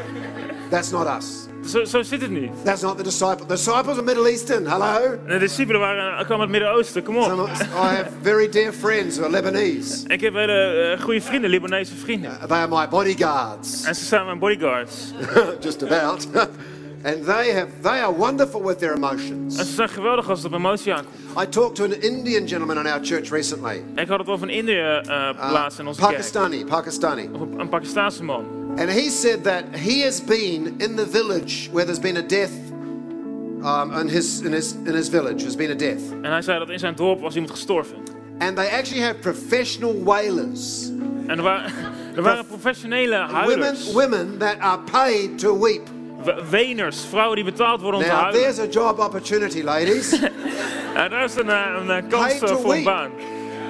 Speaker 1: That's not us.
Speaker 2: Zo, zo zit het niet.
Speaker 1: That's not the disciple. The disciples are Middle Eastern. Hello?
Speaker 2: De discipelen waren, eh, kwamen uit het Midden-Oosten, kom op.
Speaker 1: Some of us- I have very dear friends who are Lebanese.
Speaker 2: Ik heb hele eh, goede vrienden, Libanese vrienden.
Speaker 1: They are my bodyguards,
Speaker 2: En ze zijn mijn bodyguards.
Speaker 1: Dus- *laughs* just about. *laughs* and they have they are wonderful with their
Speaker 2: En
Speaker 1: emotions.
Speaker 2: ze zijn geweldig als het op emotie aankomt.
Speaker 1: I talked to an Indian gentleman in our church recently.
Speaker 2: Ik had het over een Indiër
Speaker 1: uh,
Speaker 2: eh plaats in onze kerk.
Speaker 1: Pakistani, Pakistani.
Speaker 2: Of een, een Pakistaanse man.
Speaker 1: And he said that he has been in the village where there's been a death um, in his in his in his village, there's been a death.
Speaker 2: En hij zei dat in zijn dorp was iemand gestorven.
Speaker 1: And they actually have professional wailers.
Speaker 2: En er waren, *laughs* er waren professionele
Speaker 1: Women
Speaker 2: huilers.
Speaker 1: women that are paid to weep.
Speaker 2: W- Weners, vrouwen die betaald worden om te
Speaker 1: Now
Speaker 2: huilen.
Speaker 1: there's a job opportunity, ladies.
Speaker 2: En daar is een, eh, een
Speaker 1: Paid
Speaker 2: eh, kans
Speaker 1: to
Speaker 2: eh, voor een
Speaker 1: weep.
Speaker 2: baan.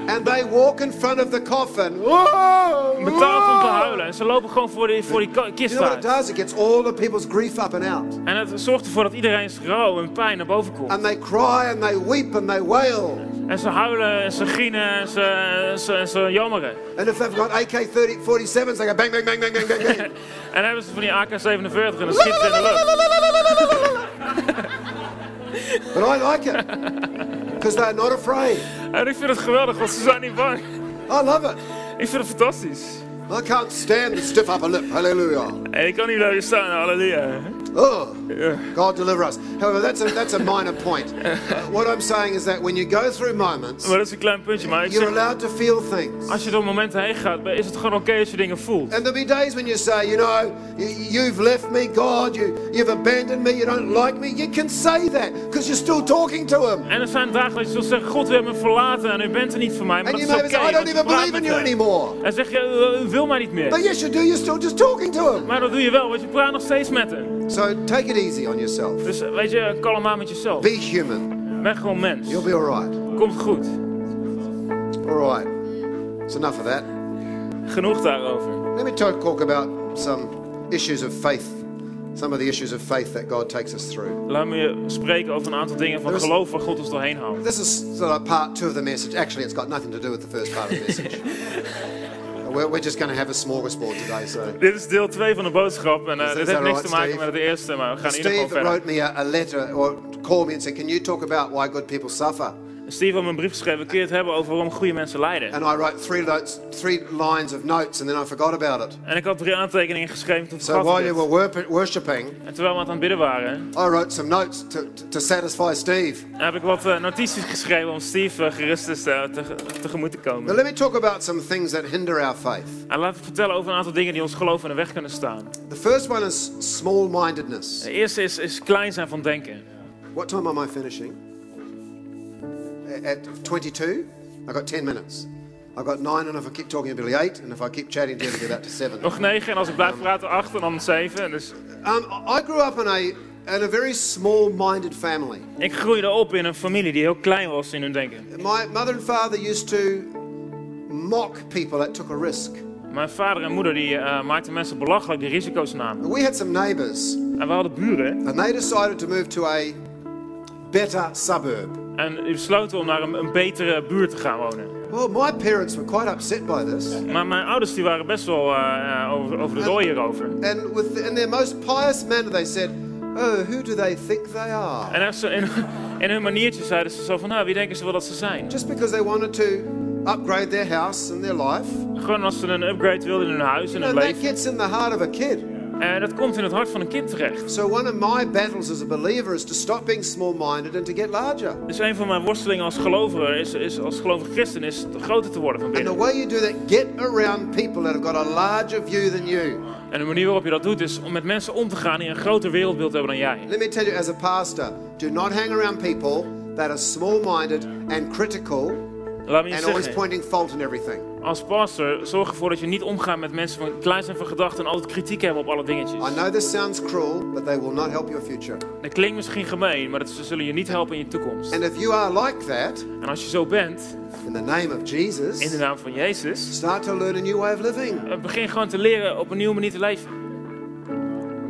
Speaker 1: And they walk in front of the coffin. Whoa!
Speaker 2: Betaald om te
Speaker 1: whoa.
Speaker 2: huilen. En ze lopen gewoon voor die, voor die ka-
Speaker 1: You
Speaker 2: kist
Speaker 1: know what it
Speaker 2: uit.
Speaker 1: does? It gets all the people's grief up and out.
Speaker 2: En het zorgt ervoor dat iedereen's rouw en pijn naar boven komt.
Speaker 1: And they cry and they weep and they wail.
Speaker 2: En ze huilen, en ze grienen, en ze, en ze, en ze jammeren.
Speaker 1: And if they've got AK 30, 47s, they go bang, bang, bang, bang, bang, bang, bang.
Speaker 2: En dan hebben ze van die AK-47 en dan schieten ze in de lucht.
Speaker 1: but I like it because they're not afraid.
Speaker 2: En ik vind het geweldig, want ze zijn niet bang.
Speaker 1: I love it.
Speaker 2: Ik vind het fantastisch.
Speaker 1: I can't stand the stiff upper lip. Hallelujah.
Speaker 2: En ik kan niet blijven staan, halleluja.
Speaker 1: Look, Ugh. God deliver us. However, that's a, that's a minor point. Uh, what I'm saying is that when you go through moments,
Speaker 2: Maar dat is een klein puntje. Maar ik
Speaker 1: you're
Speaker 2: zeg,
Speaker 1: allowed to feel things.
Speaker 2: als je door momenten heen gaat, is het gewoon oké als je dingen voelt.
Speaker 1: And there'll be days when you say, you know, y- you've left me, God, you, you've abandoned me, you don't like me. You can say that because you're still talking to Him.
Speaker 2: En er zijn dagen dat je zult zeggen, God, u hebt me verlaten en u bent er niet voor mij. Maar
Speaker 1: And
Speaker 2: oh, dat
Speaker 1: you
Speaker 2: is
Speaker 1: may be
Speaker 2: oké,
Speaker 1: saying, I don't even
Speaker 2: want ik praat
Speaker 1: believe in you
Speaker 2: met hem.
Speaker 1: anymore.
Speaker 2: En zeg je, eh, "U- u wil mij niet meer.
Speaker 1: But yes, you do, you're still just talking to Him.
Speaker 2: Maar dat doe je wel, want je praat nog steeds met hem.
Speaker 1: So take it easy on yourself.
Speaker 2: Dus eh, weet je, kalm aan met jezelf.
Speaker 1: Be human.
Speaker 2: Ben gewoon mens.
Speaker 1: You'll be all right.
Speaker 2: Komt goed.
Speaker 1: All right. It's enough of that.
Speaker 2: Genoeg daarover.
Speaker 1: Let me talk, talk about some issues of faith, some of the issues of faith that God takes us through.
Speaker 2: Laat me je spreken over een aantal dingen van
Speaker 1: Er is-
Speaker 2: geloof waar God ons doorheen haalt.
Speaker 1: This is sort of part two of the message. Actually, it's got nothing to do with the first part of the message. we're, we're just going to have a smorgasbord today. So,
Speaker 2: Dit is deel 2 van de boodschap en eh,
Speaker 1: Is-
Speaker 2: dit
Speaker 1: is
Speaker 2: heeft
Speaker 1: that
Speaker 2: niks
Speaker 1: right,
Speaker 2: te maken
Speaker 1: Steve?
Speaker 2: met het eerste, maar we gaan in ieder
Speaker 1: Steve
Speaker 2: geval verder.
Speaker 1: wrote me a, a letter or called me and said, Can you talk about why good people suffer?
Speaker 2: Steve had me een brief geschreven, kun je het hebben over waarom goede mensen lijden?
Speaker 1: And I wrote three, notes, three lines of notes and then I forgot about it.
Speaker 2: En ik had drie aantekeningen geschreven, toen
Speaker 1: So
Speaker 2: vergat
Speaker 1: while
Speaker 2: ik
Speaker 1: you
Speaker 2: dit.
Speaker 1: were wor- worshipping,
Speaker 2: En terwijl we aan het bidden waren,
Speaker 1: I wrote some notes to, to, to satisfy Steve.
Speaker 2: heb ik wat eh, notities geschreven om Steve eh, gerust te stellen, te, tegemoet te komen.
Speaker 1: But let me talk about some things that hinder our faith.
Speaker 2: En laat ik vertellen over een aantal dingen die ons geloof in de weg kunnen staan.
Speaker 1: The first one is small mindedness.
Speaker 2: De eerste is, is klein zijn van denken.
Speaker 1: What time am I finishing? A- At 22? I've got 10 minutes. I've got 9, and if I keep talking, it'll be 8, and if I keep chatting, it'll get up to
Speaker 2: *laughs*
Speaker 1: 7. Um,
Speaker 2: Nog negen en als ik blijf praten, acht en dan zeven. Dus
Speaker 1: I Um, I grew up in a, in a very small minded family.
Speaker 2: ik groeide op in een familie die heel klein was in hun denken.
Speaker 1: My mother and father used to mock people that took a risk.
Speaker 2: Mijn vader en moeder die, eh, maakten mensen belachelijk die risico's namen.
Speaker 1: We had some neighbours,
Speaker 2: En we hadden buren
Speaker 1: and they decided to move to a better suburb.
Speaker 2: en die besloten om naar een, een betere buurt te gaan wonen.
Speaker 1: Well, my parents were quite upset by this.
Speaker 2: Maar mijn ouders die waren best wel eh, eh, over, over de dooi hierover.
Speaker 1: And with in their most pious manner, they said, "Oh, who do they think they are?"
Speaker 2: En als ze- in, *laughs* in hun maniertje zeiden ze zo van, nou, wie denken ze wel dat ze zijn?
Speaker 1: Just because they wanted to upgrade their house and their life,
Speaker 2: Gewoon als ze een upgrade wilden in hun huis en hun
Speaker 1: and that
Speaker 2: leven.
Speaker 1: gets in the heart of a kid.
Speaker 2: Eh, dat komt in het hart van een kind terecht.
Speaker 1: So one of my battles as a believer is to stop being small-minded and to get larger.
Speaker 2: Dus een van mijn worstelingen als gelovige, is, is, als gelovige christen, is groter te worden van
Speaker 1: And the
Speaker 2: binnen.
Speaker 1: way you do that, get around people that have got a larger view than you.
Speaker 2: En de manier waarop je dat doet, is om met mensen om te gaan die een groter wereldbeeld hebben dan jij.
Speaker 1: Let me tell you, as a pastor, do not hang around people that are small-minded and critical
Speaker 2: Laat me je
Speaker 1: and always
Speaker 2: zeggen,
Speaker 1: pointing fault in everything.
Speaker 2: als pastor, zorg ervoor dat je niet omgaat met mensen van klein zijn van gedachten en altijd kritiek hebben op alle dingetjes.
Speaker 1: I know this sounds cruel, but they will not help your future.
Speaker 2: Dat klinkt misschien gemeen, maar dat ze zullen je niet helpen in je toekomst.
Speaker 1: And if you are like that,
Speaker 2: En als je zo bent,
Speaker 1: in the name of Jesus,
Speaker 2: in de naam van Jezus,
Speaker 1: start to learn a new way of living.
Speaker 2: eh, begin gewoon te leren op een nieuwe manier te leven.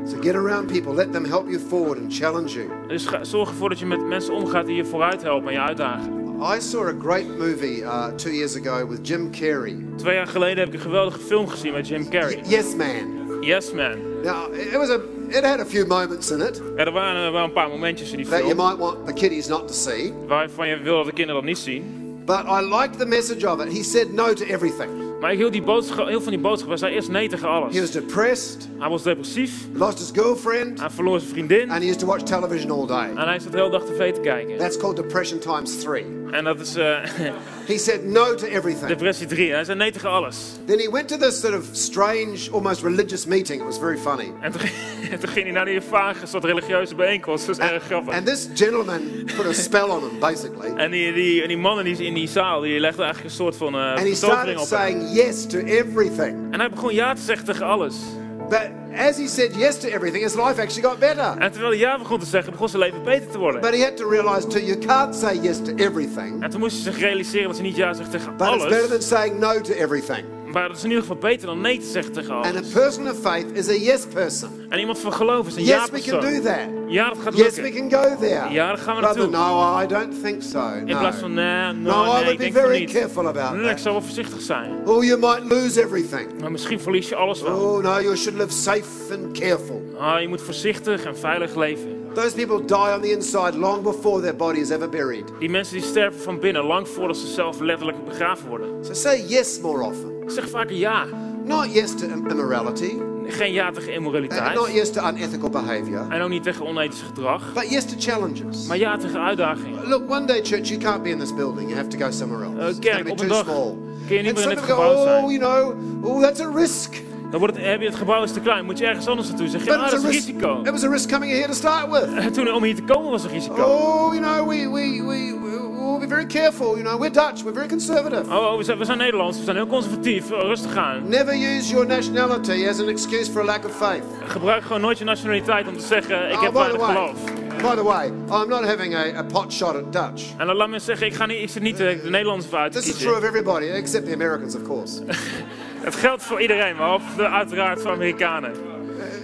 Speaker 1: So get around people, let them help you forward and challenge you.
Speaker 2: Dus ga- zorg ervoor dat je met mensen omgaat die je vooruit helpen en je uitdagen.
Speaker 1: I saw a great movie uh, two years ago with Jim Carrey.
Speaker 2: Twee jaar geleden heb ik een geweldige film gezien met Jim
Speaker 1: Y-
Speaker 2: Carrey.
Speaker 1: yes, man.
Speaker 2: Yes, man.
Speaker 1: Now it was a, it had a few moments in it
Speaker 2: Ja, er waren eh, wel een paar momentjes in die
Speaker 1: that you
Speaker 2: film
Speaker 1: might want the kiddies not to see,
Speaker 2: waarvan je wil dat de kinderen dat niet zien.
Speaker 1: but I liked the message of it. He said no to everything.
Speaker 2: Maar ik hield die boodschap, heel van die boodschap. Hij zei eerst nee tegen
Speaker 1: He
Speaker 2: alles.
Speaker 1: was depressed,
Speaker 2: Hij was depressief,
Speaker 1: lost his girlfriend,
Speaker 2: hij verloor zijn vriendin
Speaker 1: and he used to watch television all day.
Speaker 2: en hij zat de hele dag tv te kijken.
Speaker 1: That's called depression times three.
Speaker 2: En dat is eh, *laughs*
Speaker 1: He said no to everything.
Speaker 2: depressie 3. Hij zei nee tegen alles.
Speaker 1: Then he went to this sort of strange, almost religious meeting. It was very funny.
Speaker 2: En toen, *laughs* ging- toen ging hij naar die vage soort religieuze bijeenkomst. Dat is erg grappig.
Speaker 1: And this gentleman put a spell on him, basically.
Speaker 2: En die, die, en die man in die, in die zaal die legde eigenlijk een soort van eh
Speaker 1: And he
Speaker 2: betovering
Speaker 1: started
Speaker 2: op. hem.
Speaker 1: saying yes to everything.
Speaker 2: En hij begon ja te zeggen tegen alles.
Speaker 1: But as he said yes to everything, his life actually got better.
Speaker 2: En terwijl hij ja begon te zeggen, begon zijn leven beter te worden.
Speaker 1: But he had to realize, too, you can't say yes to everything,
Speaker 2: En toen moest hij zich realiseren dat hij niet ja zegt tegen
Speaker 1: but it's better
Speaker 2: alles.
Speaker 1: than saying no to everything.
Speaker 2: Maar dat is in ieder geval beter dan nee te zeggen tegen
Speaker 1: And a
Speaker 2: alles.
Speaker 1: person of faith is a yes person.
Speaker 2: En iemand van geloof is een ja
Speaker 1: Yes, we can do
Speaker 2: persoon.
Speaker 1: that.
Speaker 2: Ja, dat gaat
Speaker 1: Yes, we
Speaker 2: lukken.
Speaker 1: can go there.
Speaker 2: Ja, daar gaan we
Speaker 1: Rather,
Speaker 2: naartoe.
Speaker 1: no, I don't think so.
Speaker 2: In plaats van
Speaker 1: No. No,
Speaker 2: nee, nou,
Speaker 1: I
Speaker 2: nee,
Speaker 1: would
Speaker 2: ik
Speaker 1: be
Speaker 2: denk van
Speaker 1: very
Speaker 2: niet.
Speaker 1: careful about
Speaker 2: Nee, ik
Speaker 1: that.
Speaker 2: zou wel voorzichtig zijn.
Speaker 1: Oh, you might lose everything.
Speaker 2: Maar misschien verlies je alles wel.
Speaker 1: Oh no, you should live safe and careful.
Speaker 2: Ah, je moet voorzichtig en veilig leven.
Speaker 1: Those people die on the inside long before their body is ever buried.
Speaker 2: Die mensen die sterven van binnen, lang voordat ze zelf letterlijk begraven worden.
Speaker 1: So say yes more often.
Speaker 2: Ik zeg vaker ja.
Speaker 1: Not yes to im- immorality,
Speaker 2: geen ja tegen
Speaker 1: And not
Speaker 2: immoraliteit.
Speaker 1: yes to unethical behavior,
Speaker 2: En ook niet tegen onethisch gedrag.
Speaker 1: but yes to challenges.
Speaker 2: Maar ja tegen uitdagingen.
Speaker 1: Look, one day, church, you can't be in this building. You have to go somewhere
Speaker 2: Eh,
Speaker 1: else. It's going
Speaker 2: kerk,
Speaker 1: to
Speaker 2: op
Speaker 1: be
Speaker 2: een
Speaker 1: too
Speaker 2: dag
Speaker 1: small.
Speaker 2: kun je niet
Speaker 1: And
Speaker 2: meer
Speaker 1: some
Speaker 2: in het
Speaker 1: people go, oh,
Speaker 2: gebouw zijn.
Speaker 1: you know, oh, that's a risk.
Speaker 2: Dan wordt het, heb je het gebouw is te klein, moet je ergens anders naartoe. Zeg je,
Speaker 1: But
Speaker 2: ah,
Speaker 1: it
Speaker 2: dat
Speaker 1: was
Speaker 2: is
Speaker 1: a
Speaker 2: een
Speaker 1: risk.
Speaker 2: risico.
Speaker 1: It was a risk coming here to start with.
Speaker 2: En *laughs* toen om hier te komen was een risico.
Speaker 1: Oh, you know, we we we we'll be very careful. You know, we're Dutch. We're very conservative.
Speaker 2: Oh, we zijn, we zijn Nederlands, we zijn heel conservatief. Oh, rustig aan.
Speaker 1: Never use your nationality as an excuse for a lack of faith.
Speaker 2: Gebruik gewoon nooit je nationaliteit om te zeggen, ik
Speaker 1: Oh,
Speaker 2: heb
Speaker 1: by the way,
Speaker 2: weinig geloof.
Speaker 1: by the way, I'm not having a, a pot shot at Dutch.
Speaker 2: En dan laat me zeggen, ik, ga niet, ik zit niet eh, de Nederlanders voor uit te
Speaker 1: This is true
Speaker 2: kiezen.
Speaker 1: of everybody, except the Americans, of *laughs* course. Uh,
Speaker 2: Het geldt voor iedereen, maar of de, uiteraard voor Amerikanen.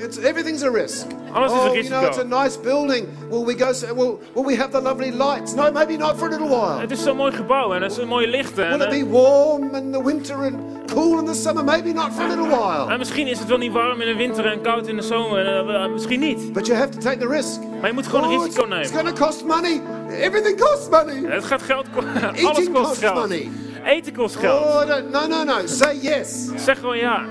Speaker 1: It's, everything's a risk.
Speaker 2: Alles is
Speaker 1: oh,
Speaker 2: een
Speaker 1: you know,
Speaker 2: risico.
Speaker 1: it's a nice building. Will we go? s- Will, will we have the lovely lights? No, maybe not for a little while.
Speaker 2: Het is zo'n mooi gebouw en het is mooie lichten. En,
Speaker 1: Will it
Speaker 2: eh,
Speaker 1: be warm in the winter and cool in the summer? Maybe not for a little while.
Speaker 2: eh, en misschien is het wel niet warm in de winter en koud in de zomer. en, eh, eh, misschien niet.
Speaker 1: But you have to take the risk.
Speaker 2: Maar je moet gewoon een
Speaker 1: Oh,
Speaker 2: risico
Speaker 1: it's, it's
Speaker 2: nemen.
Speaker 1: going to cost money. Everything costs money.
Speaker 2: Het gaat geld ko- *laughs* Alles
Speaker 1: Eating
Speaker 2: kost
Speaker 1: costs
Speaker 2: geld.
Speaker 1: money.
Speaker 2: Eten kost geld.
Speaker 1: Oh, I don't- no, no, no. Say yes.
Speaker 2: Zeg gewoon ja.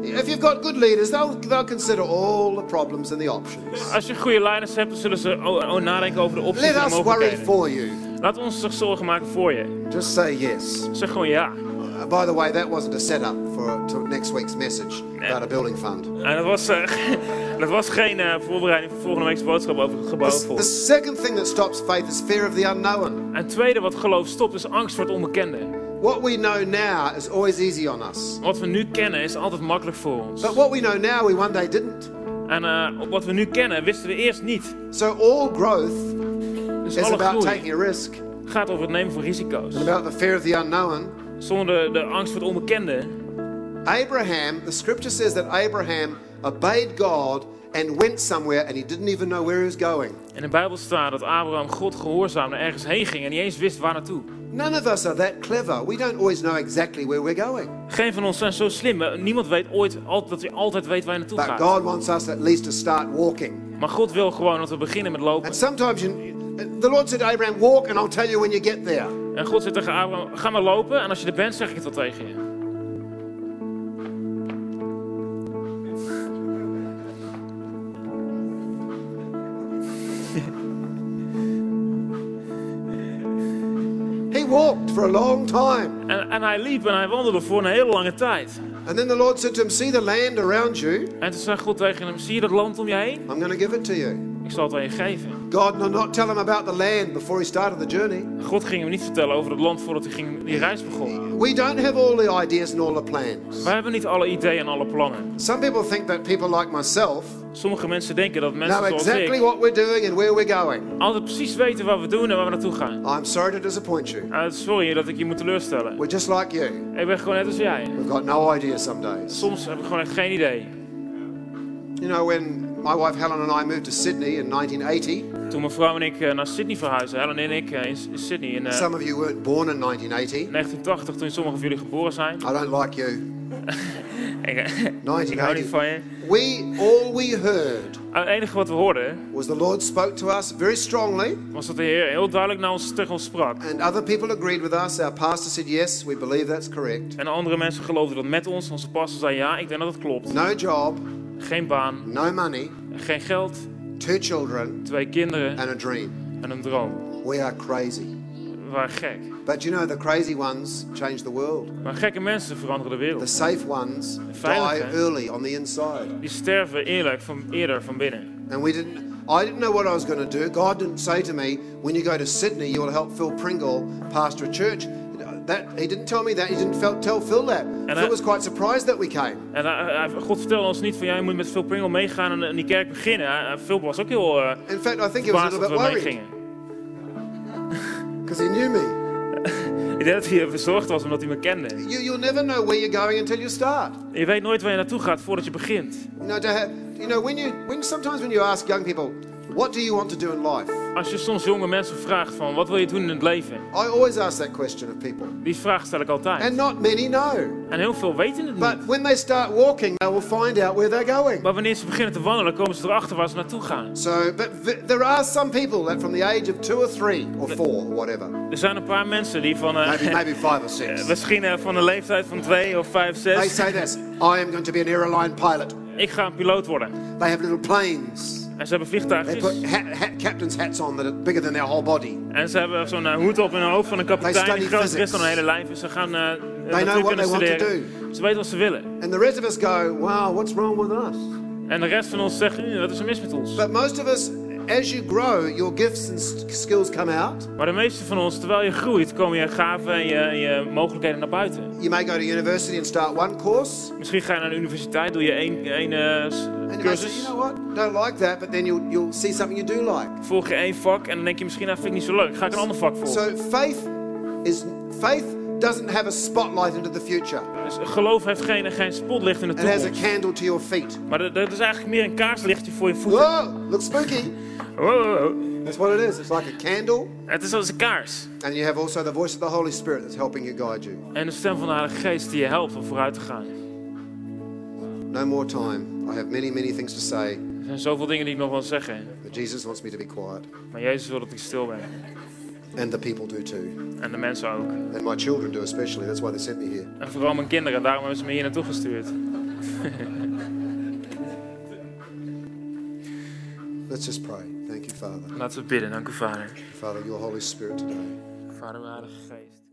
Speaker 1: If you've got good leaders, they'll, they'll consider all the problems and the options.
Speaker 2: Als je goede leiders hebt, dan zullen ze o- o- nadenken over de opties
Speaker 1: Let
Speaker 2: en de
Speaker 1: us worry
Speaker 2: mogelijkheden.
Speaker 1: for you.
Speaker 2: Laat ons zich zorgen maken voor je.
Speaker 1: Just say yes.
Speaker 2: Zeg gewoon ja.
Speaker 1: Uh, by the way, that wasn't a setup for to next week's message about a building fund.
Speaker 2: En dat was, eh, *laughs* dat was geen eh, voorbereiding voor volgende week's boodschap over het gebouw.
Speaker 1: The, the second thing that stops faith is fear of the unknown.
Speaker 2: En het tweede wat geloof stopt is angst voor het onbekende.
Speaker 1: What we know now is always easy on us.
Speaker 2: Wat we nu kennen is altijd makkelijk voor ons.
Speaker 1: But what we know now, we one day didn't.
Speaker 2: En eh, op wat we nu kennen wisten we eerst niet.
Speaker 1: So all growth
Speaker 2: Dus
Speaker 1: is
Speaker 2: alle
Speaker 1: about
Speaker 2: groei
Speaker 1: taking a risk, and
Speaker 2: gaat over het nemen van risico's.
Speaker 1: about the fear of the unknown.
Speaker 2: Zonder de, de angst voor het onbekende.
Speaker 1: Abraham, the scripture says that Abraham obeyed God and went somewhere and he didn't even know where he was going.
Speaker 2: In de Bijbel staat dat Abraham God gehoorzaamde ergens heen ging en niet eens wist waar naartoe.
Speaker 1: None of us are that clever. We don't always know exactly where we're going.
Speaker 2: Geen van ons zijn zo slim. hè. Niemand weet ooit al- dat hij altijd weet waar hij naartoe
Speaker 1: But
Speaker 2: gaat.
Speaker 1: God wants us at least to start walking.
Speaker 2: Maar God wil gewoon dat we beginnen met lopen.
Speaker 1: And sometimes you, the Lord said to Abraham, Walk and I'll tell you when you get there.
Speaker 2: En God zegt tegen Abraham, ga maar lopen en als je er bent zeg ik het al tegen je.
Speaker 1: He walked for a long time.
Speaker 2: En, en hij liep en hij wandelde voor een hele lange tijd.
Speaker 1: And then the Lord said to him, See the land around you.
Speaker 2: En toen zei God tegen hem, zie je dat land om je heen?
Speaker 1: I'm going to give it to you.
Speaker 2: Ik zal het aan je geven.
Speaker 1: God did not tell him about the land before he started the journey.
Speaker 2: God ging hem niet vertellen over het land voordat hij ging, die reis begon.
Speaker 1: We don't have all the ideas and all the plans.
Speaker 2: Wij hebben niet alle ideeën en alle plannen.
Speaker 1: Some people think that people like myself
Speaker 2: Sommige mensen denken dat mensen
Speaker 1: know
Speaker 2: zoals
Speaker 1: Nou, exactly
Speaker 2: ik
Speaker 1: what we're doing and where we're going.
Speaker 2: altijd precies weten wat we doen en waar we naartoe gaan.
Speaker 1: I'm sorry to disappoint you.
Speaker 2: Eh, sorry dat ik je moet teleurstellen.
Speaker 1: We're just like you.
Speaker 2: Ik ben gewoon net als jij.
Speaker 1: We've got no idea some days.
Speaker 2: Soms heb ik gewoon echt geen idee.
Speaker 1: You know, when my wife Helen and I moved to Sydney in 1980,
Speaker 2: Toen mijn vrouw en ik eh, naar Sydney verhuisden, Helen en ik eh, in, S- in Sydney in eh,
Speaker 1: some of you weren't born in 1980.
Speaker 2: 1980, toen sommigen van jullie geboren zijn.
Speaker 1: I don't like you.
Speaker 2: *laughs* Ik, eh, ik hou niet
Speaker 1: 1980.
Speaker 2: van je.
Speaker 1: We all we heard
Speaker 2: Eh, Het enige wat we hoorden
Speaker 1: was the Lord spoke to us very strongly,
Speaker 2: was dat de Heer heel duidelijk naar ons, tegen ons sprak.
Speaker 1: and other people agreed with us. Our pastor said, Yes, we believe that's correct.
Speaker 2: En andere mensen geloofden dat met ons. Onze pastor zei ja, ik denk dat het klopt.
Speaker 1: No job,
Speaker 2: Geen baan,
Speaker 1: no money,
Speaker 2: geen geld,
Speaker 1: two children,
Speaker 2: twee kinderen
Speaker 1: and a dream.
Speaker 2: en een droom.
Speaker 1: We are crazy.
Speaker 2: We waren gek.
Speaker 1: But you know, the crazy ones change the world.
Speaker 2: Maar gekke mensen veranderen de
Speaker 1: The
Speaker 2: wereld.
Speaker 1: safe ones die
Speaker 2: Veilige.
Speaker 1: early on the inside.
Speaker 2: Die sterven eerlijk van, eerder van binnen.
Speaker 1: And we didn't. I didn't know what I was going to do. God didn't say to me, "When you go to Sydney, you'll help Phil Pringle pastor a church." That he didn't tell me that. He didn't fel- tell Phil that. Phil
Speaker 2: I-
Speaker 1: was quite surprised that we came.
Speaker 2: En hij- hij- God vertelde ons niet van jij moet met Phil Pringle meegaan en eh, in die kerk beginnen. Hij- hij- Phil was ook heel eh,
Speaker 1: In fact, I think he was a
Speaker 2: verbaasd
Speaker 1: little bit
Speaker 2: dat we
Speaker 1: worried
Speaker 2: meegingen.
Speaker 1: because he knew me.
Speaker 2: Ik denk dat hij eh, bezorgd was omdat hij me kende.
Speaker 1: You, you'll never know where you're going until you start.
Speaker 2: Je weet nooit waar je naartoe gaat voordat je begint.
Speaker 1: You know, to have, you know, when you, when sometimes when you ask young people, "What do you want to do in life?"
Speaker 2: Als je soms jonge mensen vraagt van wat wil je doen in het leven?
Speaker 1: I always ask that question of people,
Speaker 2: Die vraag stel ik altijd.
Speaker 1: and not many know.
Speaker 2: En heel veel weten het
Speaker 1: But
Speaker 2: niet.
Speaker 1: when they start walking, they will find out where they're going.
Speaker 2: Maar wanneer ze beginnen te wandelen komen ze erachter waar ze naartoe gaan.
Speaker 1: So, but v- there are some people that from the age of two or three or four or whatever,
Speaker 2: Er zijn een paar mensen die van... eh, *laughs*
Speaker 1: maybe, maybe five or six,
Speaker 2: Misschien eh, van een leeftijd van 2 of 5,
Speaker 1: they
Speaker 2: 6.
Speaker 1: say this I am going to be an airline pilot.
Speaker 2: Ik ga een piloot worden.
Speaker 1: They have little planes.
Speaker 2: En ze hebben
Speaker 1: They put
Speaker 2: vliegtuigjes.
Speaker 1: hat, hat, captain's hats on that are bigger than their whole body.
Speaker 2: En ze hebben zo'n eh, hoed op in hun hoofd van een kapitein.
Speaker 1: study
Speaker 2: Die groter is
Speaker 1: physics.
Speaker 2: dan hun hele lijf. Dus ze gaan eh
Speaker 1: They know
Speaker 2: natuur
Speaker 1: what
Speaker 2: kunnen
Speaker 1: they want to
Speaker 2: studeren. Ze weten wat ze willen.
Speaker 1: And the rest of us go, wow, what's wrong with us?
Speaker 2: En de rest van ons zegt, "Eh, wat is er mis met ons?
Speaker 1: But most of us, as you grow, your gifts and s- skills come out.
Speaker 2: Maar de meeste van ons, terwijl je groeit, komen je gaven en je, en je mogelijkheden naar buiten.
Speaker 1: You may go to university and start one course,
Speaker 2: Misschien ga je naar de universiteit, doe je één, één eh,
Speaker 1: and
Speaker 2: s-
Speaker 1: you may say, you
Speaker 2: cursus.
Speaker 1: know what, don't like that, but then you'll, you'll see something you do like.
Speaker 2: Volg je één vak en dan denk je misschien, nou vind ik niet zo leuk. Ga
Speaker 1: Dus
Speaker 2: ik een ander vak volgen.
Speaker 1: So faith is faith doesn't have a spotlight into the future.
Speaker 2: Dus geloof heeft geen, geen spotlicht in de
Speaker 1: It has a
Speaker 2: toekomst.
Speaker 1: candle to your feet.
Speaker 2: Maar dat, dat is eigenlijk meer een kaarslichtje voor je voeten.
Speaker 1: Whoa, looks spooky.
Speaker 2: Wow, wow, wow.
Speaker 1: That's what it is. It's like a candle,
Speaker 2: Het is als een kaars.
Speaker 1: and you have also the voice of the Holy Spirit that's helping you guide you.
Speaker 2: En de stem van de Heilige Geest die je helpt om vooruit te gaan.
Speaker 1: No more time. I have many, many things to say,
Speaker 2: Er zijn zoveel dingen die ik nog wil zeggen.
Speaker 1: but Jesus wants me to be quiet,
Speaker 2: Maar Jezus wil dat ik stil ben.
Speaker 1: and the people do too,
Speaker 2: En de mensen ook.
Speaker 1: and my children do especially. That's why they sent me here.
Speaker 2: En vooral mijn kinderen, daarom hebben ze me hier naartoe gestuurd.
Speaker 1: Let's just pray. Thank you, Father.
Speaker 2: Laten we bidden, dank u Vader.
Speaker 1: Father, your Holy Spirit today.
Speaker 2: Vader, mijn Heilige Geest.